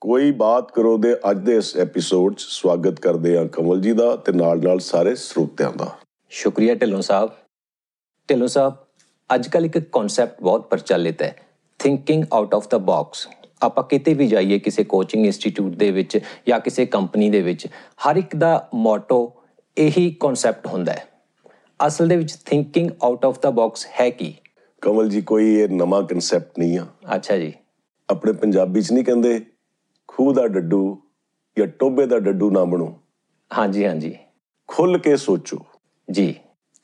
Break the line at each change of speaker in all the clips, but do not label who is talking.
ਕੋਈ ਬਾਤ ਕਰੋ ਦੇ ਅੱਜ ਦੇ ਇਸ ਐਪੀਸੋਡ 'ਚ ਸਵਾਗਤ ਕਰਦੇ ਹਾਂ ਕਮਲ ਜੀ ਦਾ ਤੇ ਨਾਲ-ਨਾਲ ਸਾਰੇ ਸਰੋਤਿਆਂ ਦਾ
ਸ਼ੁਕਰੀਆ ਢਿੱਲੋਂ ਸਾਹਿਬ ਢਿੱਲੋਂ ਸਾਹਿਬ ਅੱਜ ਕੱਲ ਇੱਕ ਕਨਸੈਪਟ ਬਹੁਤ ਪ੍ਰਚਲਿਤ ਹੈ thinking out of the box ਆਪਾਂ ਕਿਤੇ ਵੀ ਜਾਈਏ ਕਿਸੇ ਕੋਚਿੰਗ ਇੰਸਟੀਚਿਊਟ ਦੇ ਵਿੱਚ ਜਾਂ ਕਿਸੇ ਕੰਪਨੀ ਦੇ ਵਿੱਚ ਹਰ ਇੱਕ ਦਾ ਮੋਟੋ ਇਹੀ ਕਨਸੈਪਟ ਹੁੰਦਾ ਹੈ ਅਸਲ ਦੇ ਵਿੱਚ thinking out of the box ਹੈ ਕੀ
ਕਮਲ ਜੀ ਕੋਈ ਇਹ ਨਵਾਂ ਕਨਸੈਪਟ ਨਹੀਂ ਆ
ਅੱਛਾ ਜੀ
ਆਪਣੇ ਪੰਜਾਬੀ 'ਚ ਨਹੀਂ ਕਹਿੰਦੇ ਖੂਹ ਦਾ ਡੱਡੂ ਜਾਂ ਟੋਬੇ ਦਾ ਡੱਡੂ ਨਾ ਬਣੋ
ਹਾਂਜੀ ਹਾਂਜੀ
ਖੁੱਲ ਕੇ ਸੋਚੋ
ਜੀ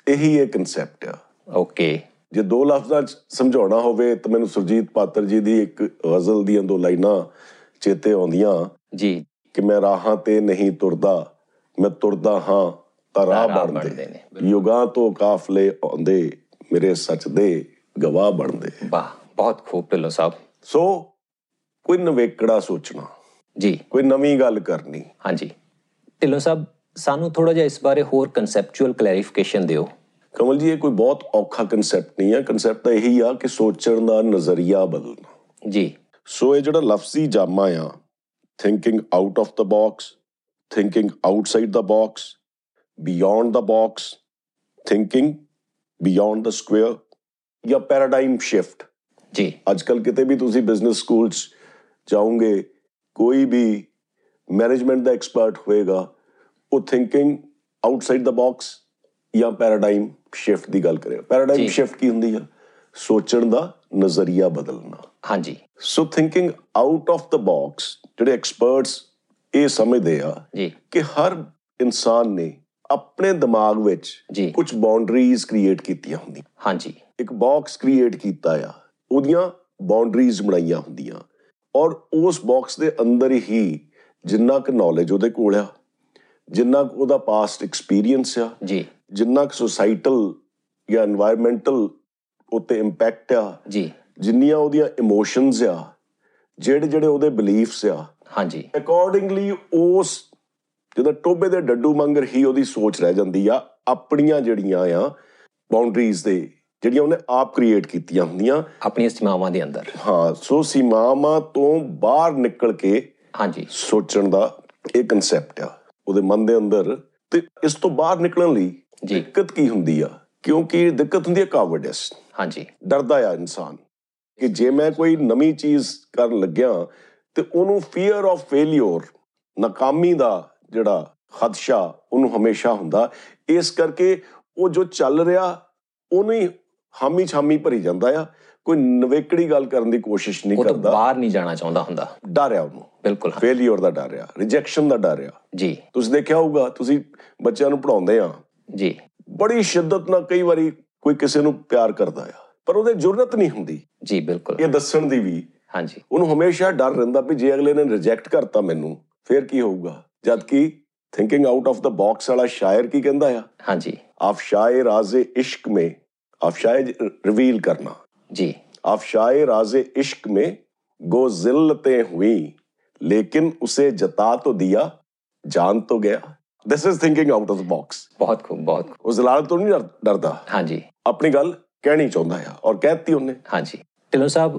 ਇਹੀ ਇਹ ਕਨਸੈਪਟ ਆ
ਓਕੇ
ਜੇ ਦੋ ਲਫ਼ਜ਼ਾਂ 'ਚ ਸਮਝਾਉਣਾ ਹੋਵੇ ਤਾਂ ਮੈਨੂੰ ਸੁਰਜੀਤ ਪਾਤਰ ਜੀ ਦੀ ਇੱਕ ਗ਼ਜ਼ਲ ਦੀਆਂ ਦੋ ਲਾਈਨਾਂ ਚੇਤੇ ਆਉਂਦੀਆਂ
ਜੀ
ਕਿ ਮੈਂ ਰਾਹਾਂ ਤੇ ਨਹੀਂ ਤੁਰਦਾ ਮੈਂ ਤੁਰਦਾ ਹਾਂ ਤਾਂ ਰਾਹ
ਰਾਹ
ਬਣਦੇ
ਬਣਦੇ
ਨੇ
ਨੇ,
ਯੁਗਾਂ ਤੋਂ ਕਾਫਲੇ ਆਉਂਦੇ ਮੇਰੇ ਸੱਚ ਦੇ ਗਵਾਹ ਬਣਦੇ
ਵਾਹ ਬਹੁਤ ਖੂਬ ਢਿੱਲੋਂ ਸਾਹਿਬ
ਸੋ ਕੋਈ ਨਵੇਕੜਾ ਸੋਚਣਾ
ਜੀ
ਕੋਈ ਨਵੀਂ ਗੱਲ ਕਰਨੀ
ਹਾਂਜੀ ਢਿੱਲੋਂ ਸਾਹਿਬ ਸਾਨੂੰ ਥੋੜਾ ਜਿਹਾ ਇਸ ਬਾਰੇ ਹੋਰ ਕਨਸੈਪਚੁਅਲ ਕਲੈਰੀਫਿਕੇਸ਼ਨ ਦਿਓ
ਕਮਲ ਜੀ ਇਹ ਕੋਈ ਬਹੁਤ ਔਖਾ ਕਨਸੈਪਟ ਨਹੀਂ ਹੈ ਕਨਸੈਪਟ ਤਾਂ ਇਹੀ ਆ ਕਿ ਸੋਚਣ ਦਾ ਨਜ਼ਰੀਆ ਬਦਲਣਾ
ਜੀ
ਸੋ ਇਹ ਜਿਹੜਾ ਲਫ਼ਜ਼ੀ ਜਾਮਾ ਆ thinking out of the box thinking outside the box beyond the box thinking beyond the square ਜਾਂ ਪੈਰਾਡਾਈਮ ਸ਼ਿਫਟ
ਜੀ
ਅੱਜਕੱਲ ਕਿਤੇ ਵੀ ਤੁਸੀਂ ਬਿਜ਼ਨਸ ਸਕੂਲਸ ਜਾਓਗੇ ਕੋਈ ਵੀ ਮੈਨੇਜਮੈਂਟ ਦਾ ਐਕਸਪਰਟ ਹੋਏਗਾ ਉਹ ਥਿੰਕਿੰਗ ਆਊਟਸਾਈਡ ਦਾ ਬਾਕਸ ਜਾਂ ਪੈਰਾਡਾਈਮ ਸ਼ਿਫਟ ਦੀ ਗੱਲ ਕਰਿਆ ਪੈਰਾਡਾਈਮ
ਜੀ।
ਸ਼ਿਫਟ ਕੀ ਹੁੰਦੀ ਆ ਸੋਚਣ ਦਾ ਨਜ਼ਰੀਆ ਬਦਲਣਾ
ਹਾਂਜੀ
so thinking out of the box ਜਿਹੜੇ ਐਕਸਪਰਟਸ ਇਹ ਸਮਝਦੇ ਆ
ਜੀ
ਕਿ ਹਰ ਇਨਸਾਨ ਨੇ ਆਪਣੇ ਦਿਮਾਗ ਵਿੱਚ
ਜੀ।
ਕੁਝ ਬਾਉਂਡਰੀਜ਼ ਕ੍ਰੀਏਟ ਕੀਤੀਆਂ ਹੁੰਦੀਆਂ
ਹਾਂਜੀ
ਇੱਕ ਬਾਕਸ ਕ੍ਰੀਏਟ ਕੀਤਾ ਆ ਉਹਦੀਆਂ ਬਾਉਂਡਰੀਜ਼ ਬਣਾਈਆਂ ਹੁੰਦੀਆਂ ਔਰ ਉਸ ਬਾਕਸ ਦੇ ਅੰਦਰ ਹੀ ਜਿੰਨਾ ਕੁ ਨੌਲੇਜ ਉਹਦੇ ਕੋਲ ਆ ਜਿੰਨਾ ਕੁ ਉਹਦਾ ਪਾਸਟ ਐਕਸਪੀਰੀਅੰਸ ਆ
ਜੀ
ਜਿੰਨਾ ਕੁ ਸੋਸਾਈਟਲ ਜਾਂ এনवायरमेंटਲ ਉੱਤੇ ਇੰਪੈਕਟ ਆ
ਜੀ
ਜਿੰਨੀਆਂ ਉਹਦੀਆਂ ਇਮੋਸ਼ਨਸ ਆ ਜਿਹੜੇ ਜਿਹੜੇ ਉਹਦੇ ਬਿਲੀਫਸ ਆ
ਹਾਂਜੀ
ਅਕੋਰਡਿੰਗਲੀ ਉਸ ਜਿਹਦਾ ਟੋਬੇ ਦੇ ਡੱਡੂ ਮੰਗਰ ਹੀ ਉਹਦੀ ਸੋਚ ਰਹਿ ਜਾਂਦੀ ਆ ਆਪਣੀਆਂ ਜਿਹੜੀਆਂ ਆ ਬਾਉਂਡਰੀਜ਼ ਦੇ ਜਿਹੜੀਆਂ ਉਹਨੇ ਆਪ ਕ੍ਰੀਏਟ ਕੀਤੀਆਂ ਹੁੰਦੀਆਂ
ਆਪਣੀਆਂ ਸੀਮਾਵਾਂ ਦੇ ਅੰਦਰ
ਹਾਂ ਸੋ ਸੀਮਾਵਾਂ ਤੋਂ ਬਾਹਰ ਨਿਕਲ ਕੇ
ਹਾਂਜੀ
ਸੋਚਣ ਦਾ ਇਹ ਕਨਸੈਪਟ ਆ ਉਹਦੇ ਮਨ ਦੇ ਅੰਦਰ ਤੇ ਇਸ ਤੋਂ ਬਾਹਰ ਨਿਕਲਣ ਲਈ
ਜੀ।
ਦਿੱਕਤ ਕੀ ਹੁੰਦੀ ਆ ਕਿਉਂਕਿ ਦਿੱਕਤ ਹੁੰਦੀ ਆ ਕਾਵਰਡਿਸ
ਹਾਂਜੀ
ਡਰਦਾ ਆ ਇਨਸਾਨ ਕਿ ਜੇ ਮੈਂ ਕੋਈ ਨਵੀਂ ਚੀਜ਼ ਕਰਨ ਲੱਗਿਆ ਤੇ ਉਹਨੂੰ ਫੀਅਰ ਆਫ ਫੇਲਿਓਰ ਨਾਕਾਮੀ ਦਾ ਜਿਹੜਾ ਖਦਸ਼ਾ ਉਹਨੂੰ ਹਮੇਸ਼ਾ ਹੁੰਦਾ ਇਸ ਕਰਕੇ ਉਹ ਜੋ ਚੱਲ ਰਿਹਾ ਉਹਨੂੰ ਹੀ ਹਾਮੀ ਛਾਮੀ ਭਰੀ ਜਾਂਦਾ ਆ ਕੋਈ ਨਵੇਕੜੀ ਗੱਲ ਕਰਨ ਦੀ ਕੋਸ਼ਿਸ਼ ਨਹੀਂ
ਉਹ ਤੋਂ
ਕਰਦਾ
ਬਾਹਰ ਨਹੀਂ ਜਾਣਾ ਚਾਹੁੰਦਾ ਹੁੰਦਾ
ਡਰ ਆ ਉਹਨੂੰ
ਬਿਲਕੁਲ ਹਾਂ।
ਫੇਲਿਓਰ ਦਾ ਡਰ ਆ ਰਿਜੈਕਸ਼ਨ ਦਾ ਡਰ ਆ
ਜੀ
ਤੁਸੀਂ ਦੇਖਿਆ ਹੋਊਗਾ ਤੁਸੀਂ ਬੱਚਿਆਂ ਨੂੰ ਪੜਾਉਂਦੇ ਆ
ਜੀ
ਬੜੀ ਸ਼ਿੱਦਤ ਨਾਲ ਕਈ ਵਾਰੀ ਕੋਈ ਕਿਸੇ ਨੂੰ ਪਿਆਰ ਕਰਦਾ ਆ ਪਰ ਉਹਦੇ ਜੁਰਅਤ ਨਹੀਂ ਹੁੰਦੀ
ਜੀ ਬਿਲਕੁਲ
ਇਹ ਦੱਸਣ ਦੀ ਵੀ
ਹਾਂਜੀ
ਉਹਨੂੰ ਹਮੇਸ਼ਾ ਡਰ ਰਹਿੰਦਾ ਵੀ ਜੇ ਅਗਲੇ ਨੇ ਰਿਜੈਕਟ ਕਰਤਾ ਮੈਨੂੰ ਫੇਰ ਕੀ ਹੋਊਗਾ ਜਦ ਕਿ thinking out of the box ਵਾਲਾ ਸ਼ਾਇਰ ਕੀ ਕਹਿੰਦਾ ਆ
ਹਾਂਜੀ
ਆਫਸ਼ਾਏ ਰਾਜ਼ੇ ਇਸ਼ਕ ਮੇ ਆਫਸ਼ਾਏ ਰਿਵੀਲ ਕਰਨਾ
ਜੀ
आफशाए राजे इश्क में गो जिल्लतें हुई लेकिन उसे जता तो दिया जान तो गया this is thinking out of the box
ਬਹੁਤ ਖੂਬ ਬਹੁਤ ਖੂਬ।
ਉਹ ਜ਼ਲਾਲਤ ਤੋਂ ਨਹੀਂ ਡਰ- ਡਰਦਾ
ਹਾਂਜੀ
ਆਪਣੀ ਗੱਲ ਕਹਿਣੀ ਚਾਹੁੰਦਾ ਆ ਔਰ ਕਹਿਤੀ ਉਹਨੇ
ਹਾਂਜੀ ਢਿੱਲੋਂ ਸਾਹਿਬ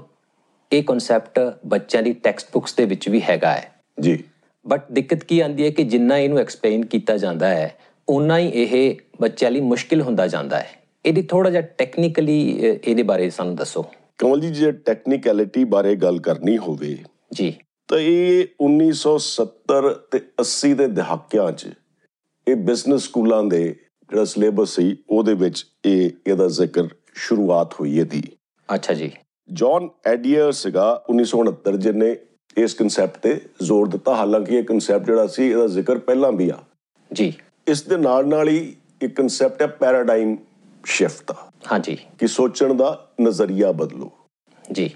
ਇਹ ਕਨਸੈਪਟ ਬੱਚਿਆਂ ਦੀ ਟੈਕਸਟ ਬੁੱਕਸ ਦੇ ਵਿੱਚ ਵੀ ਹੈਗਾ ਹੈ
ਜੀ
ਬਟ ਦਿੱਕਤ ਕੀ ਆਂਦੀ ਹੈ ਕਿ ਜਿੰਨਾ ਇਹਨੂੰ ਐਕਸਪਲੇਨ ਕੀਤਾ ਜਾਂਦਾ ਹੈ ਉਨਾ ਹੀ ਇਹ ਬੱਚਿਆਂ ਲਈ ਮੁਸ਼ਕਿਲ ਹੁੰਦਾ ਜਾਂਦਾ ਹੈ ਇਹਦੀ ਥੋੜਾ ਜਿਹਾ ਟੈਕਨੀਕਲੀ ਇਹਦੇ ਬਾਰੇ ਸਾਨੂੰ ਦੱਸੋ
ਕਮਲ ਜੀ ਜੇ ਟੈਕਨੀਕੈਲਿਟੀ ਬਾਰੇ ਗੱਲ ਕਰਨੀ ਹੋਵੇ
ਜੀ
ਤਾਂ ਇਹ 1970 ਤੇ 80 ਦੇ ਦਹਾਕਿਆਂ 'ਚ ਇਹ ਬਿਜ਼ਨਸ ਸਕੂਲਾਂ ਦੇ ਜਿਹੜਾ ਸਿਲੇਬਸ ਸੀ ਉਹਦੇ ਵਿੱਚ ਇਹ ਇਹਦਾ ਜ਼ਿਕਰ ਸ਼ੁਰੂਆਤ ਹੋਈ ਇਹਦੀ
ਅੱਛਾ ਜੀ
ਜੌਨ ਐਡੀਅਰ ਸੀਗਾ 1969 ਜਿਹਨੇ ਇਸ ਕਨਸੈਪਟ ਤੇ ਜ਼ੋਰ ਦਿੱਤਾ ਹਾਲਾਂਕਿ ਇਹ ਕਨਸੈਪਟ ਜਿਹੜਾ ਸੀ ਇਹਦਾ ਜ਼ਿਕਰ ਪਹਿਲਾਂ ਵੀ ਆ
ਜੀ
ਇਸ ਦੇ ਨਾਲ ਨਾਲ ਹੀ ਇੱਕ ਕਨਸੈਪਟ ਹੈ ਪੈਰਾਡਾਈਮ ਸ਼ਿਫਟ ਦਾ
ਹਾਂਜੀ
ਕਿ ਸੋਚਣ ਦਾ ਨਜ਼ਰੀਆ ਬਦਲੋ
ਜੀ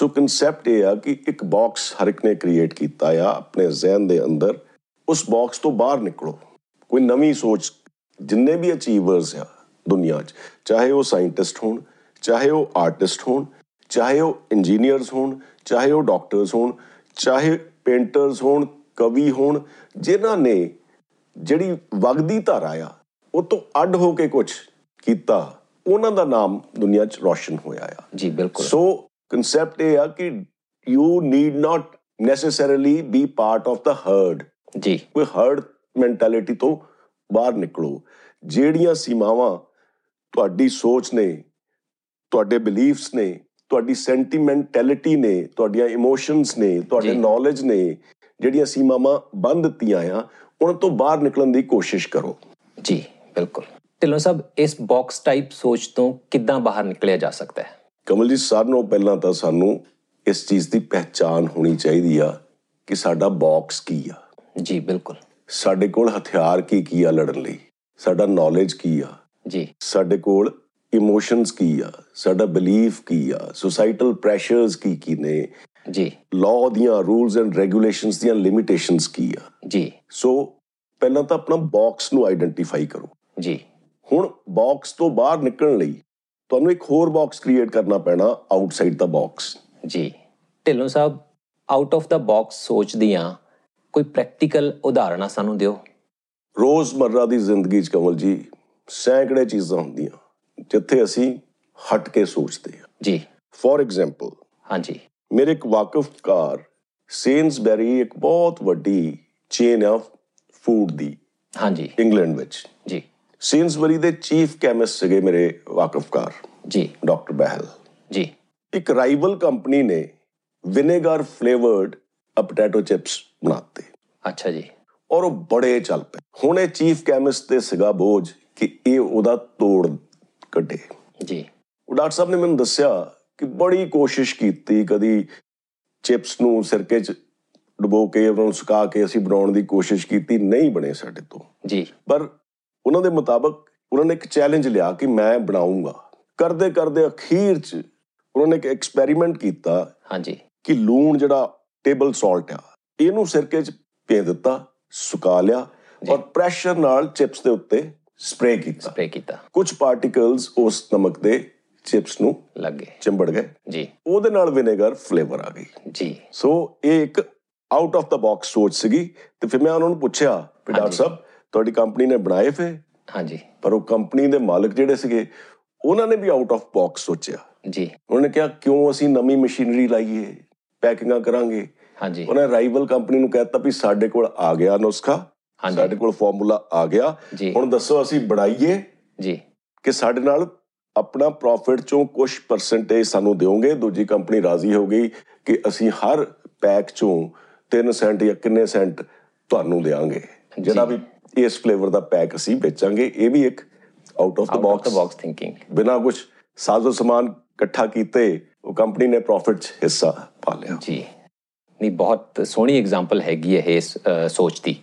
ਸੋ ਕਨਸੈਪਟ ਇਹ ਆ ਕਿ ਇੱਕ ਬਾਕਸ ਹਰ ਇੱਕ ਨੇ ਕ੍ਰੀਏਟ ਕੀਤਾ ਆ ਆਪਣੇ ਜ਼ਿਹਨ ਦੇ ਅੰਦਰ ਉਸ ਬਾਕਸ ਤੋਂ ਬਾਹਰ ਨਿਕਲੋ ਕੋਈ ਨਵੀਂ ਸੋਚ ਜਿੰਨੇ ਵੀ ਅਚੀਵਰਸ ਆ ਦੁਨੀਆ 'ਚ ਚਾਹੇ ਉਹ ਸਾਇੰਟਿਸਟ ਹੋਣ ਚਾਹੇ ਉਹ ਆਰਟਿਸਟ ਹੋਣ ਚਾਹੇ ਉਹ ਇੰਜੀਨੀਅਰਸ ਹੋਣ ਚਾਹੇ ਉਹ ਡਾਕਟਰਸ ਹੋਣ ਚਾਹੇ ਪੇਂਟਰਸ ਹੋਣ ਕਵੀ ਹੋਣ ਜਿਨ੍ਹਾਂ ਨੇ ਜਿਹੜੀ ਵਗਦੀ ਧਾਰਾ ਆ ਉਹ ਤੋਂ ਅੱਡ ਹੋ ਕੇ ਕੁਝ ਕੀਤਾ ਉਹਨਾਂ ਦਾ ਨਾਮ ਦੁਨੀਆ 'ਚ ਰੌਸ਼ਨ ਹੋਇਆ ਆ
ਜੀ ਬਿਲਕੁਲ
ਸੋ ਕਨਸੈਪਟ ਇਹ ਆ ਕਿ you need not necessarily be part of the herd
ਜੀ
ਕੋਈ ਹਰਡ ਮੈਂਟੈਲਿਟੀ ਤੋਂ ਬਾਹਰ ਨਿਕਲੋ ਜਿਹੜੀਆਂ ਸੀਮਾਵਾਂ ਤੁਹਾਡੀ ਸੋਚ ਨੇ ਤੁਹਾਡੇ ਬਿਲੀਫਸ ਨੇ ਤੁਹਾਡੀ ਸੈਂਟੀਮੈਂਟੈਲਿਟੀ ਨੇ ਤੁਹਾਡੀਆਂ ਇਮੋਸ਼ਨਸ ਨੇ ਤੁਹਾਡੇ
ਜੀ।
ਨੌਲੇਜ ਨੇ ਜਿਹੜੀਆਂ ਸੀਮਾਵਾਂ ਬੰਨ ਦਿੱਤੀਆਂ ਆ ਉਹਨਾਂ ਤੋਂ ਬਾਹਰ ਨਿਕਲਣ ਦੀ ਕੋਸ਼ਿਸ਼ ਕਰੋ
ਜੀ ਬਿਲਕੁਲ ਢਿੱਲੋਂ ਸਾਹਿਬ ਇਸ ਬਾਕਸ ਟਾਈਪ ਸੋਚ ਤੋਂ ਕਿੱਦਾਂ ਬਾਹਰ ਨਿਕਲਿਆ ਜਾ ਸਕਦਾ ਹੈ
ਕਮਲ ਜੀ ਸਾਰਿਆਂ ਨਾਲੋਂ ਪਹਿਲਾਂ ਤਾਂ ਸਾਨੂੰ ਇਸ ਚੀਜ਼ ਦੀ ਪਹਿਚਾਨ ਹੋਣੀ ਚਾਹੀਦੀ ਆ ਕਿ ਸਾਡਾ ਬਾਕਸ ਕੀ ਆ
ਜੀ ਬਿਲਕੁਲ
ਸਾਡੇ ਕੋਲ ਹਥਿਆਰ ਕੀ ਕੀ ਆ ਲੜਨ ਲਈ ਸਾਡਾ ਨੌਲੇਜ ਕੀ ਆ
ਜੀ
ਸਾਡੇ ਕੋਲ ਇਮੋਸ਼ਨਸ ਕੀ ਆ ਸਾਡਾ ਬਿਲੀਫ ਕੀ ਆ ਸੋਸਾਇਟਲ ਪ੍ਰੈਸ਼ਰਸ ਕੀ ਕੀ ਨੇ
ਜੀ
ਲਾਅ ਦੀਆਂ ਰੂਲਸ ਐਂਡ ਰੈਗੂਲੇਸ਼ਨਸ ਦੀਆਂ ਲਿਮਿਟੇਸ਼ਨਸ ਕੀ ਆ
ਜੀ
ਸੋ ਪਹਿਲਾਂ ਤਾਂ ਆਪਣਾ ਬਾਕਸ ਨੂੰ ਆਈਡੈਂਟੀਫਾਈ ਕਰੋ
ਜੀ
ਹੁਣ ਬਾਕਸ ਤੋਂ ਬਾਹਰ ਨਿਕਲਣ ਲਈ ਤੁਹਾਨੂੰ ਇੱਕ ਹੋਰ ਬਾਕਸ ਕ੍ਰੀਏਟ ਕਰਨਾ ਪੈਣਾ ਆਊਟਸਾਈਡ ਦਾ ਬਾਕਸ
ਜੀ ਢਿੱਲੋਂ ਸਾਹਿਬ ਆਊਟ ਆਫ ਦਾ ਬਾਕਸ ਸੋਚ ਦੀਆਂ ਕੋਈ ਪ੍ਰੈਕਟੀਕਲ ਉਦਾਹਰਨਾਂ ਸਾਨੂੰ ਦਿਓ
ਰੋਜ਼ਮਰਰਾ ਦੀ ਜ਼ਿੰਦਗੀ 'ਚ ਕਮਲ ਜੀ ਸੈਂਕੜੇ ਚੀਜ਼ਾਂ ਹੁੰਦੀਆਂ ਜਿੱਥੇ ਅਸੀਂ ਹਟ ਕੇ ਸੋਚਦੇ ਹਾਂ
ਜੀ
ਫੋਰ ਐਗਜ਼ਾਮਪਲ
ਹਾਂਜੀ
ਮੇਰੇ ਇੱਕ ਵਾਕਫਕਾਰ ਸੇਨਸਬਰੀ ਇੱਕ ਬਹੁਤ ਵੱਡੀ ਚੇਨ ਆ ਫੂਡ ਦੀ
ਹਾਂਜੀ
ਇੰਗਲੈਂਡ ਵਿੱਚ
ਜੀ
ਸੇਨਸਬਰੀ ਦੇ ਚੀਫ ਕੈਮਿਸਟ ਸੀਗੇ ਮੇਰੇ ਵਾਕਫਕਾਰ
ਜੀ
ਡਾਕਟਰ ਬਹਿਲ
ਜੀ
ਇੱਕ ਰਾਈਵਲ ਕੰਪਨੀ ਨੇ ਵਿਨੇਗਰ ਫਲੇਵਰਡ ਪੋਟੈਟੋ ਚਿਪਸ ਬਣਾਤੇ
ਅੱਛਾ ਜੀ
ਔਰ ਉਹ ਬੜੇ ਚੱਲ ਪਏ ਹੁਣ ਇਹ ਚੀਫ ਕੈਮਿਸਟ ਤੇ ਸੀਗਾ ਬੋਝ ਕਿ ਇਹ ਉਹਦਾ ਤੋੜ ਕੱਢੇ
ਜੀ
ਉਹ ਡਾਕਟਰ ਸਾਹਿਬ ਨੇ ਮੈਨੂੰ ਦੱਸਿਆ ਕਿ ਬੜੀ ਕੋਸ਼ਿਸ਼ ਕੀਤੀ ਕਦੀ ਚਿਪਸ ਨੂੰ ਸਿਰਕੇ 'ਚ ਡੁਬੋ ਕੇ ਉਹਨਾਂ ਨੂੰ ਸੁਕਾ ਕੇ ਅਸੀਂ ਬਣਾਉਣ ਦੀ ਕੋਸ਼ਿਸ਼ ਕੀਤੀ ਨਹੀਂ ਬਣੇ ਸਾਡੇ ਤੋਂ
ਜੀ
ਪਰ ਉਹਨਾਂ ਦੇ ਮੁਤਾਬਕ ਉਹਨਾਂ ਨੇ ਇੱਕ ਚੈਲੰਜ ਲਿਆ ਕਿ ਮੈਂ ਬਣਾਉਂਗਾ ਕਰਦੇ ਕਰਦੇ ਅਖੀਰ 'ਚ ਉਹਨਾਂ ਨੇ ਇੱਕ ਐਕਸਪੈਰੀਮੈਂਟ ਕੀਤਾ
ਹਾਂਜੀ
ਕਿ ਲੂਣ ਜਿਹੜਾ ਟੇਬਲ ਸਾਲਟ ਆ ਇਹਨੂੰ ਸਿਰਕੇ 'ਚ ਭੇ ਦਿੱਤਾ ਸੁਕਾ ਲਿਆ
ਜੀ।
ਔਰ ਪ੍ਰੈਸ਼ਰ ਨਾਲ ਚਿਪਸ ਦੇ ਉੱਤੇ ਸਪਰੇਅ ਕੀਤਾ
ਸਪਰੇ ਕੀਤਾ
ਕੁਝ ਪਾਰਟੀਕਲਸ ਉਸ ਨਮਕ ਦੇ ਚਿਪਸ ਨੂੰ
ਲੱਗੇ
ਚਿੰਬੜ ਗਏ
ਜੀ
ਉਹਦੇ ਨਾਲ ਵਿਨੇਗਰ ਫਲੇਵਰ ਆ ਗਈ
ਜੀ
ਸੋ ਇਹ ਇੱਕ ਆਊਟ ਆਫ ਦਾ ਬਾਕਸ ਸੋਚ ਸੀਗੀ ਤੇ ਫਿਰ ਮੈਂ ਉਹਨਾਂ ਨੂੰ ਪੁੱਛਿਆ ਵੀ ਡਾਕਟਰ
ਹਾਂਜੀ।
ਸਾਹਿਬ ਤੁਹਾਡੀ ਕੰਪਨੀ ਨੇ ਬਣਾਏ ਫੇ
ਹਾਂਜੀ
ਪਰ ਉਹ ਕੰਪਨੀ ਦੇ ਮਾਲਕ ਜਿਹੜੇ ਸੀਗੇ ਉਹਨਾਂ ਨੇ ਵੀ ਆਊਟ ਆਫ ਬਾਕਸ ਸੋਚਿਆ
ਜੀ
ਉਹਨਾਂ ਨੇ ਕਿਹਾ ਕਿਉਂ ਅਸੀਂ ਨਵੀਂ ਮਸ਼ੀਨਰੀ ਲਾਈਏ ਪੈਕਿੰਗਾਂ ਕਰਾਂਗੇ
ਹਾਂਜੀ
ਉਹਨਾਂ ਨੇ ਰਾਈਵਲ ਕੰਪਨੀ ਨੂੰ ਕਹਿਤਾ ਵੀ ਸਾਡੇ ਕੋਲ ਆ ਗਿਆ ਨੁਸਖਾ ਸਾਡੇ
ਹਾਂਜੀ
ਕੋਲ ਫਾਰਮੂਲਾ ਆ ਗਿਆ
ਜੀ
ਹੁਣ ਦੱਸੋ ਅਸੀਂ ਬਣਾਈਏ
ਜੀ
ਕਿ ਸਾਡੇ ਨਾਲ ਆਪਣਾ ਪ੍ਰੋਫਿਟ ਚੋਂ ਕੁਝ ਪਰਸੈਂਟੇਜ ਸਾਨੂੰ ਦਿਓਗੇ ਦੂਜੀ ਕੰਪਨੀ ਰਾਜ਼ੀ ਹੋ ਗਈ ਕਿ ਅਸੀਂ ਹਰ ਪੈਕ ਚੋਂ 3 ਸੈਂਟ ਜਾਂ ਕਿੰਨੇ ਸੈਂਟ ਤੁਹਾਨੂੰ ਦੇਵਾਂਗੇ ਜਿਹੜਾ ਵੀ ਇਸ ਫਲੇਵਰ ਦਾ ਪੈਕ ਅਸੀਂ ਵੇਚਾਂਗੇ ਇਹ ਵੀ ਇੱਕ out of the
out of the
box
box thinking
ਬਿਨਾਂ ਕੁਝ ਸਾਜ਼ੋ ਸਮਾਨ ਇਕੱਠਾ ਕੀਤੇ ਉਹ ਕੰਪਨੀ ਨੇ ਪ੍ਰੋਫਿਟ 'ਚ ਹਿੱਸਾ ਪਾ ਲਿਆ
ਜੀ ਨਹੀਂ ਬਹੁਤ ਸੋਹਣੀ ਐਗਜ਼ਾਮਪਲ ਹੈਗੀ ਹੈ ਇਸ ਅ, ਸੋਚ ਦੀ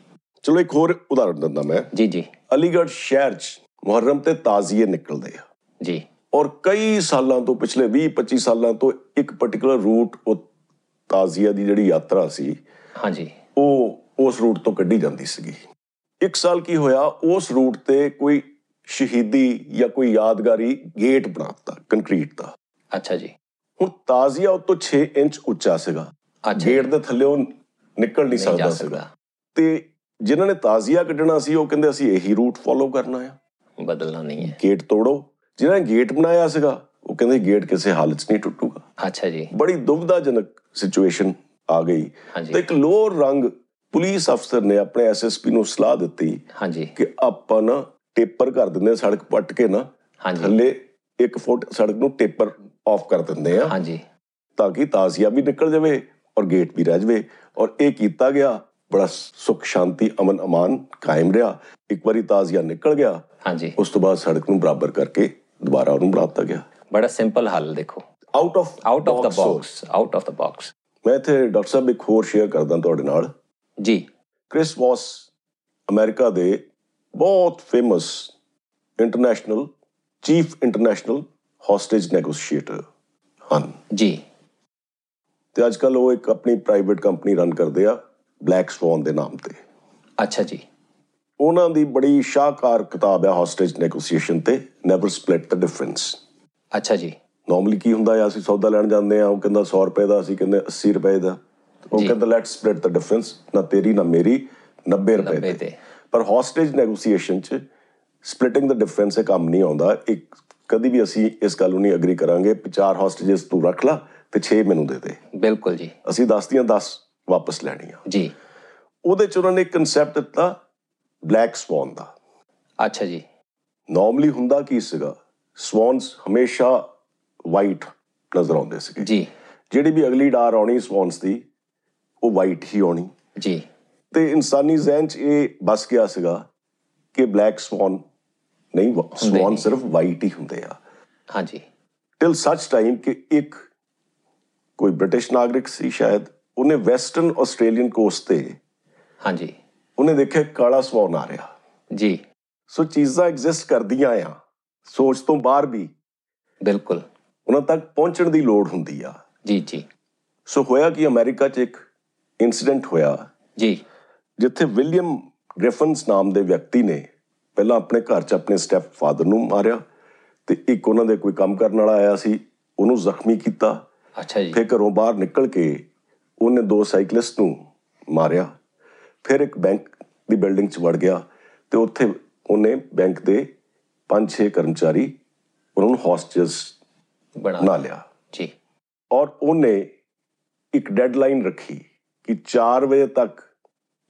ਚਲੋ ਇੱਕ ਹੋਰ ਉਦਾਹਰਨ ਦਿੰਦਾ ਮੈਂ
ਜੀ ਜੀ
ਅਲੀਗੜ੍ਹ ਸ਼ਹਿਰ 'ਚ ਮੁਹੱਰਮ ਤੇ ਤਾਜ਼ੀਏ ਨਿਕਲਦੇ ਆ
ਜੀ
ਔਰ ਕਈ ਸਾਲਾਂ ਤੋਂ ਪਿਛਲੇ 20-25 ਸਾਲਾਂ ਤੋਂ ਇੱਕ ਪਾਰਟਿਕੂਲਰ ਰੂਟ ਉਹ ਤਾਜ਼ੀਆ ਦੀ ਜਿਹੜੀ ਯਾਤਰਾ ਸੀ
ਹਾਂਜੀ
ਉਹ ਉਸ ਰੂਟ ਤੋਂ ਕੱਢੀ ਜਾਂਦੀ ਸੀਗੀ ਇੱਕ ਸਾਲ ਕੀ ਹੋਇਆ ਉਸ ਰੂਟ ਤੇ ਕੋਈ ਸ਼ਹੀਦੀ ਜਾਂ ਕੋਈ ਯਾਦਗਾਰੀ ਗੇਟ ਬਣਾਤਾ ਕੰਕਰੀਟ ਦਾ
ਅੱਛਾ ਜੀ
ਹੁਣ ਤਾਜ਼ੀਆ ਉਹ ਤੋਂ 6 ਇੰਚ ਉੱਚਾ ਸੀਗਾ
ਅੱਛਾ
ਗੇਟ ਦੇ ਥੱਲੇ ਨਿਕਲ ਨਹੀਂ
ਨਹੀਂ ਜਾ
ਸਕਦਾ ਸੀਗਾ
ਸਕਦਾ
ਤੇ ਜਿਨ੍ਹਾਂ ਨੇ ਤਾਜ਼ੀਆ ਕੱਢਣਾ ਸੀ ਉਹ ਕਹਿੰਦੇ ਅਸੀਂ ਇਹੀ ਰੂਟ ਫੋਲੋ ਕਰਨਾ ਆ
ਬਦਲਣਾ ਨਹੀਂ ਹੈ
ਗੇਟ ਤੋੜੋ ਜਿਨ੍ਹਾਂ ਨੇ ਗੇਟ ਬਣਾਇਆ ਸੀਗਾ ਉਹ ਕਹਿੰਦੇ ਗੇਟ ਕਿਸੇ ਹਾਲਤ 'ਚ ਨਹੀਂ ਟੁੱਟੂਗਾ
ਅੱਛਾ ਜੀ
ਬੜੀ ਦੁਵਿਧਾਜਨਕ ਸਿਚੁਏਸ਼ਨ ਆ ਗਈ ਤੇ
ਹਾਂਜੀ
ਇੱਕ ਲੋਅਰ ਰੰਗ ਪੁਲਿਸ ਅਫਸਰ ਨੇ ਆਪਣੇ ਐਸਐਸਪੀ ਨੂੰ ਸਲਾਹ ਦਿੱਤੀ
ਹਾਂਜੀ
ਕਿ ਆਪਾਂ ਨਾ ਟੇਪਰ ਕਰ ਦਿੰਦੇ ਹਾਂ ਸੜਕ ਪੱਟ ਕੇ ਨਾ
ਹਾਂਜੀ
ਥੱਲੇ 1 ਫੁੱਟ ਸੜਕ ਨੂੰ ਟੇਪਰ ਆਫ ਕਰ ਦਿੰਦੇ ਆ
ਹਾਂਜੀ
ਤਾਂ ਕਿ ਤਾਜ਼ੀਆ ਵੀ ਨਿਕਲ ਜਾਵੇ ਔਰ ਗੇਟ ਵੀ ਰਹਿ ਜਾਵੇ ਔਰ ਇਹ ਕੀਤਾ ਗਿਆ ਬੜਾ ਸੁਖ ਸ਼ਾਂਤੀ ਅਮਨ ਅਮਾਨ ਕਾਇਮ ਰਿਹਾ ਇੱਕ ਵਾਰੀ ਤਾਜ਼ੀਆ ਨਿਕਲ ਗਿਆ
ਹਾਂਜੀ
ਉਸ ਤੋਂ ਬਾਅਦ ਸੜਕ ਨੂੰ ਬਰਾਬਰ ਕਰਕੇ ਦੁਬਾਰਾ ਉਹਨੂੰ ਬਣਾ ਦਿੱਤਾ ਗਿਆ
ਬੜਾ ਸਿੰਪਲ ਹੱਲ ਦੇਖੋ
out of
out of the box out of the box
ਮੈਂ ਇੱਥੇ ਡਾਕਟਰ ਸਾਹਿਬ ਇੱਕ ਹੋਰ ਸ਼ੇਅਰ ਕਰਦਾ ਤੁਹਾਡੇ ਨਾਲ
ਜੀ
ਕ੍ਰਿਸ ਵਾਸ ਅਮਰੀਕਾ ਦੇ ਬਹੁਤ famous international chief international hostage negotiator ਹਨ
ਜੀ
ਤੇ ਅੱਜ ਕੱਲ ਉਹ ਇੱਕ ਆਪਣੀ ਪ੍ਰਾਈਵੇਟ ਕੰਪਨੀ ਰਨ ਕਰਦੇ ਆ ਬਲੈਕ ਸਵਾਨ ਦੇ ਨਾਮ ਤੇ
ਅੱਛਾ ਜੀ
ਉਹਨਾਂ ਦੀ ਬੜੀ ਸ਼ਾਹਕਾਰ ਕਿਤਾਬ ਹੈ ਹੌਸਟੇਜ ਨੈਗੋਸ਼ੀਏਸ਼ਨ ਤੇ ਨੈਵਰ ਸਪਲਿਟ ਦ ਡਿਫਰੈਂਸ
ਅੱਛਾ ਜੀ
ਨਾਰਮਲੀ ਕੀ ਹੁੰਦਾ ਆ ਅਸੀਂ ਸੌਦਾ ਲੈਣ ਜਾਂਦੇ ਆ ਉਹ ਕਹਿੰਦਾ 100 ਰੁਪਏ ਦਾ ਅਸੀਂ ਕਹਿੰਦੇ 80 ਰੁਪਏ ਦਾ ਉਹ
ਜੀ।
ਕਹਿੰਦਾ ਲੈਟਸ ਸਪਲਿਟ ਦ ਡਿਫਰੈਂਸ ਨਾ ਤੇਰੀ ਨਾ ਮੇਰੀ 90 ਰੁਪਏ
90
ਤੇ
ਤੇ।
ਪਰ ਹੌਸਟੇਜ ਨੈਗੋਸੀਏਸ਼ਨ ਚ ਸਪਲਿਟਿੰਗ ਦ ਡਿਫਰੈਂਸ ਇਹ ਕੰਮ ਨਹੀਂ ਆਉਂਦਾ ਇੱਕ ਕਦੀ ਵੀ ਅਸੀਂ ਇਸ ਗੱਲ ਨੂੰ ਨਹੀਂ ਐਗਰੀ ਕਰਾਂਗੇ ਵੀ ਚਾਰ ਹੌਸਟੇਜਸ ਤੂੰ ਰੱਖ ਲੈ ਤੇ 6 ਮੈਨੂੰ ਦੇ ਦੇ
ਬਿਲਕੁਲ ਜੀ
ਅਸੀਂ 10 ਦੀਆਂ 10 ਵਾਪਸ ਲੈਣੀਆਂ
ਜੀ
ਉਹਦੇ ਚ ਉਹਨਾਂ ਨੇ ਕਨਸੈਪਟ ਦਿੱਤਾ ਬਲੈਕ ਸਵਾਨ ਦਾ
ਅੱਛਾ ਜੀ
ਨਾਰਮਲੀ ਹੁੰਦਾ ਕੀ ਸੀਗਾ ਸਵਾਨਸ ਹਮੇਸ਼ਾ ਵਾਈਟ ਨਜ਼ਰ ਆਉਂਦੇ ਸੀਗੇ
ਜੀ
ਜਿਹੜੀ ਵੀ ਅਗਲੀ ਡਾਰ ਆਉਣੀ ਸਵਾਨਸ ਦੀ ਉਹ ਵਾਈਟ ਹੀ ਆਉਣੀ
ਜੀ
ਤੇ ਇਨਸਾਨੀ ਜ਼ਿਹਨ 'ਚ ਇਹ ਬਸ ਗਿਆ ਸੀਗਾ ਕਿ ਬਲੈਕ ਸਵਾਨ ਨਹੀਂ ਸਵਾਨ
ਨਹੀਂ।
ਸਿਰਫ ਵਾਈਟ ਹੀ ਹੁੰਦੇ ਆ
ਹਾਂ ਜੀ
ਟਿਲ ਸੱਚ ਟਾਈਮ ਕਿ ਇੱਕ ਕੋਈ ਬ੍ਰਿਟਿਸ਼ ਨਾਗਰਿਕ ਸੀ ਸ਼ਾਇਦ ਉਹਨੇ ਵੈਸਟਰਨ ਆਸਟ੍ਰੇਲੀਅਨ ਕੋਸਟ ਤੇ
ਹਾਂ ਜੀ
ਉਹਨੇ ਦੇਖਿਆ ਕਾਲਾ ਸਵਾਨ ਆ ਰਿਹਾ
ਜੀ
ਸੋ ਚੀਜ਼ਾਂ ਐਗਜ਼ਿਸਟ ਕਰਦੀਆਂ ਆ ਸੋਚ ਤੋਂ ਬਾਹਰ ਵੀ
ਬਿਲਕੁਲ
ਉਹਨਾਂ ਤੱਕ ਪਹੁੰਚਣ ਦੀ ਲੋੜ ਹੁੰਦੀ ਆ
ਜੀ ਜੀ
ਸੋ ਹੋਇਆ ਕਿ ਅਮਰੀਕਾ 'ਚ ਇੱਕ ਇਨਸੀਡੈਂਟ ਹੋਇਆ
ਜੀ
ਜਿੱਥੇ ਵਿਲੀਅਮ ਗ੍ਰਿਫਨਸ ਨਾਮ ਦੇ ਵਿਅਕਤੀ ਨੇ ਪਹਿਲਾਂ ਆਪਣੇ ਘਰ 'ਚ ਆਪਣੇ ਸਟੈਪ ਫਾਦਰ ਨੂੰ ਮਾਰਿਆ ਤੇ ਇੱਕ ਉਹਨਾਂ ਦੇ ਕੋਈ ਕੰਮ ਕਰਨ ਵਾਲਾ ਆਇਆ ਸੀ ਉਹਨੂੰ ਜ਼ਖਮੀ ਕੀਤਾ
ਅੱਛਾ ਜੀ
ਫਿਰ ਘਰੋਂ ਬਾਹਰ ਨਿਕਲ ਕੇ ਉਹਨੇ ਦੋ ਸਾਈਕਲਿਸਟ ਨੂੰ ਮਾਰਿਆ ਫਿਰ ਇੱਕ ਬੈਂਕ ਦੀ ਬਿਲਡਿੰਗ 'ਚ ਵੜ ਗਿਆ ਤੇ ਉੱਥੇ ਉਹਨੇ ਬੈਂਕ ਦੇ 5-6 ਕਰਮਚਾਰੀ ਉਹਨਾਂ ਨੂੰ ਹੌਸਟੇਜ ਬਣਾ
ਬਣਾ
ਲਿਆ
ਜੀ
ਔਰ ਉਹਨੇ ਇੱਕ ਡੈਡਲਾਈਨ ਰੱਖੀ ਕਿ 4 ਵਜੇ ਤੱਕ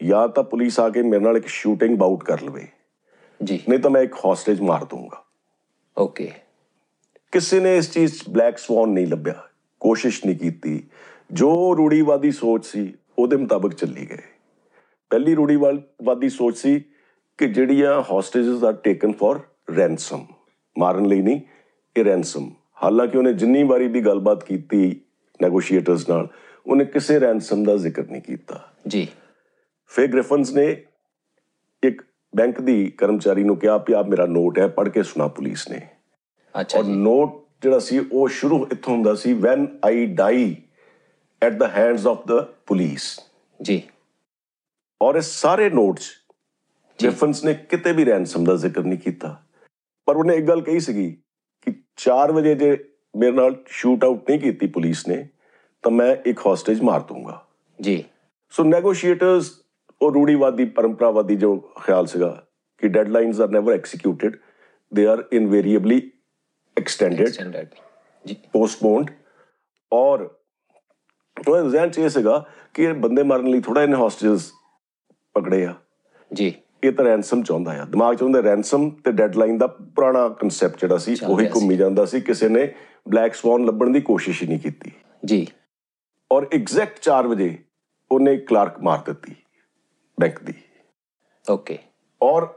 ਜਾਂ ਤਾਂ ਪੁਲਿਸ ਆ ਕੇ ਮੇਰੇ ਨਾਲ ਇੱਕ ਸ਼ੂਟਿੰਗ ਬਾਊਟ ਕਰ ਲਵੇ
ਜੀ
ਨਹੀਂ ਤਾਂ ਮੈਂ ਇੱਕ ਹੌਸਟੇਜ ਮਾਰ ਦੂੰਗਾ
ਓਕੇ
ਕਿਸੇ ਨੇ ਇਸ ਚੀਜ਼ 'ਚ ਬਲੈਕ ਸਵਾਨ ਨਹੀਂ ਲੱਭਿਆ ਕੋਸ਼ਿਸ਼ ਨਹੀਂ ਕੀਤੀ ਜੋ ਰੂੜੀਵਾਦੀ ਸੋਚ ਸੀ ਉਹਦੇ ਮੁਤਾਬਕ ਚੱਲੀ ਗਏ ਪਹਿਲੀ ਰੂੜੀਵਾਦੀ ਸੋਚ ਸੀ ਕਿ ਜਿਹੜੀਆਂ hostages are taken for ransom ਮਾਰਨ ਲਈ ਨਹੀਂ ਇਹ ਰੈਂਸਮ ਹਾਲਾਂਕਿ ਉਹਨੇ ਜਿੰਨੀ ਵਾਰੀ ਵੀ ਗੱਲਬਾਤ ਕੀਤੀ ਨੈਗੋਸ਼ੀਏਟਰਸ ਨਾਲ ਉਹਨੇ ਕਿਸੇ ਰੈਂਸਮ ਦਾ ਜ਼ਿਕਰ ਨਹੀਂ ਕੀਤਾ
ਜੀ
ਫਿਰ ਗ੍ਰਿਫਨਸ ਨੇ ਇੱਕ ਬੈਂਕ ਦੀ ਕਰਮਚਾਰੀ ਨੂੰ ਕਿਹਾ ਵੀ ਆਪ ਮੇਰਾ ਨੋਟ ਹੈ ਪੜ੍ਹ ਕੇ ਸੁਣਾ ਪੁਲਿਸ ਨੇ
ਅੱਛਾ
ਔਰ
ਜੀ
ਨੋਟ ਜਿਹੜਾ ਸੀ ਉਹ ਸ਼ੁਰੂ ਇੱਥੋਂ ਹੁੰਦਾ ਸੀ when I die at the hands of the police
ਜੀ
ਔਰ ਇਹ ਸਾਰੇ ਨੋਟਸ
ਜੀ।
ਜੈਫਨਸ ਨੇ ਕਿਤੇ ਵੀ ਰੈਂਸਮ ਦਾ ਜ਼ਿਕਰ ਨਹੀਂ ਕੀਤਾ ਪਰ ਉਹਨੇ ਇੱਕ ਗੱਲ ਕਹੀ ਸੀਗੀ ਕਿ 4 ਵਜੇ ਜੇ ਮੇਰੇ ਨਾਲ ਸ਼ੂਟ ਆਊਟ ਨਹੀਂ ਕੀਤੀ ਪੁਲਿਸ ਨੇ ਤਾਂ ਮੈਂ ਇੱਕ ਹੌਸਟੇਜ ਮਾਰ ਦੂੰਗਾ
ਜੀ
ਸੋ ਨੈਗੋਸ਼ੀਏਟਰਸ ਉਹ ਰੂੜੀਵਾਦੀ ਪਰੰਪਰਾਵਾਦੀ ਜੋ ਖਿਆਲ ਸੀਗਾ ਕਿ deadlines R never ਐਗਜ਼ੀਕਿਊਟਿਡ they are ਇਨਵੇਰੀਏਬਲੀ extended
standard ਜੀ
ਪੋਸਟਪੋਨਡ ਔਰ ਉਹ ਜ਼ਹਿਨ ਚ ਇਹ ਸੀਗਾ ਕਿ ਇਹ ਬੰਦੇ ਮਾਰਨ ਲਈ ਥੋੜਾ ਇਹਨੇ ਹੌਸਟੇਜਸ ਪਕੜੇ ਆ
ਜੀ
ਇਹ ਤਾਂ ਰੈਂਸਮ ਚਾਹੁੰਦਾ ਆ ਦਿਮਾਗ ਚ ਹੁੰਦਾ ਰੈਂਸਮ ਤੇ ਡੈਡਲਾਈਨ ਦਾ ਪੁਰਾਣਾ ਕਨਸੈਪਟ ਜਿਹੜਾ ਸੀ
ਚੱਲ
ਉਹੀ
ਰਿਹਾ
ਘੁੰਮੀ ਜਾਂਦਾ ਸੀ ਕਿਸੇ ਨੇ ਬਲੈਕ ਸਵਾਨ ਲੱਭਣ ਦੀ ਕੋਸ਼ਿਸ਼ ਹੀ ਨਹੀਂ ਕੀਤੀ
ਜੀ
ਔਰ ਐਗਜ਼ੈਕਟ 4 ਵਜੇ ਉਹਨੇ ਕਲਰਕ ਮਾਰ ਦਿੱਤੀ ਬੈਂਕ ਦੀ
ਓਕੇ
ਔਰ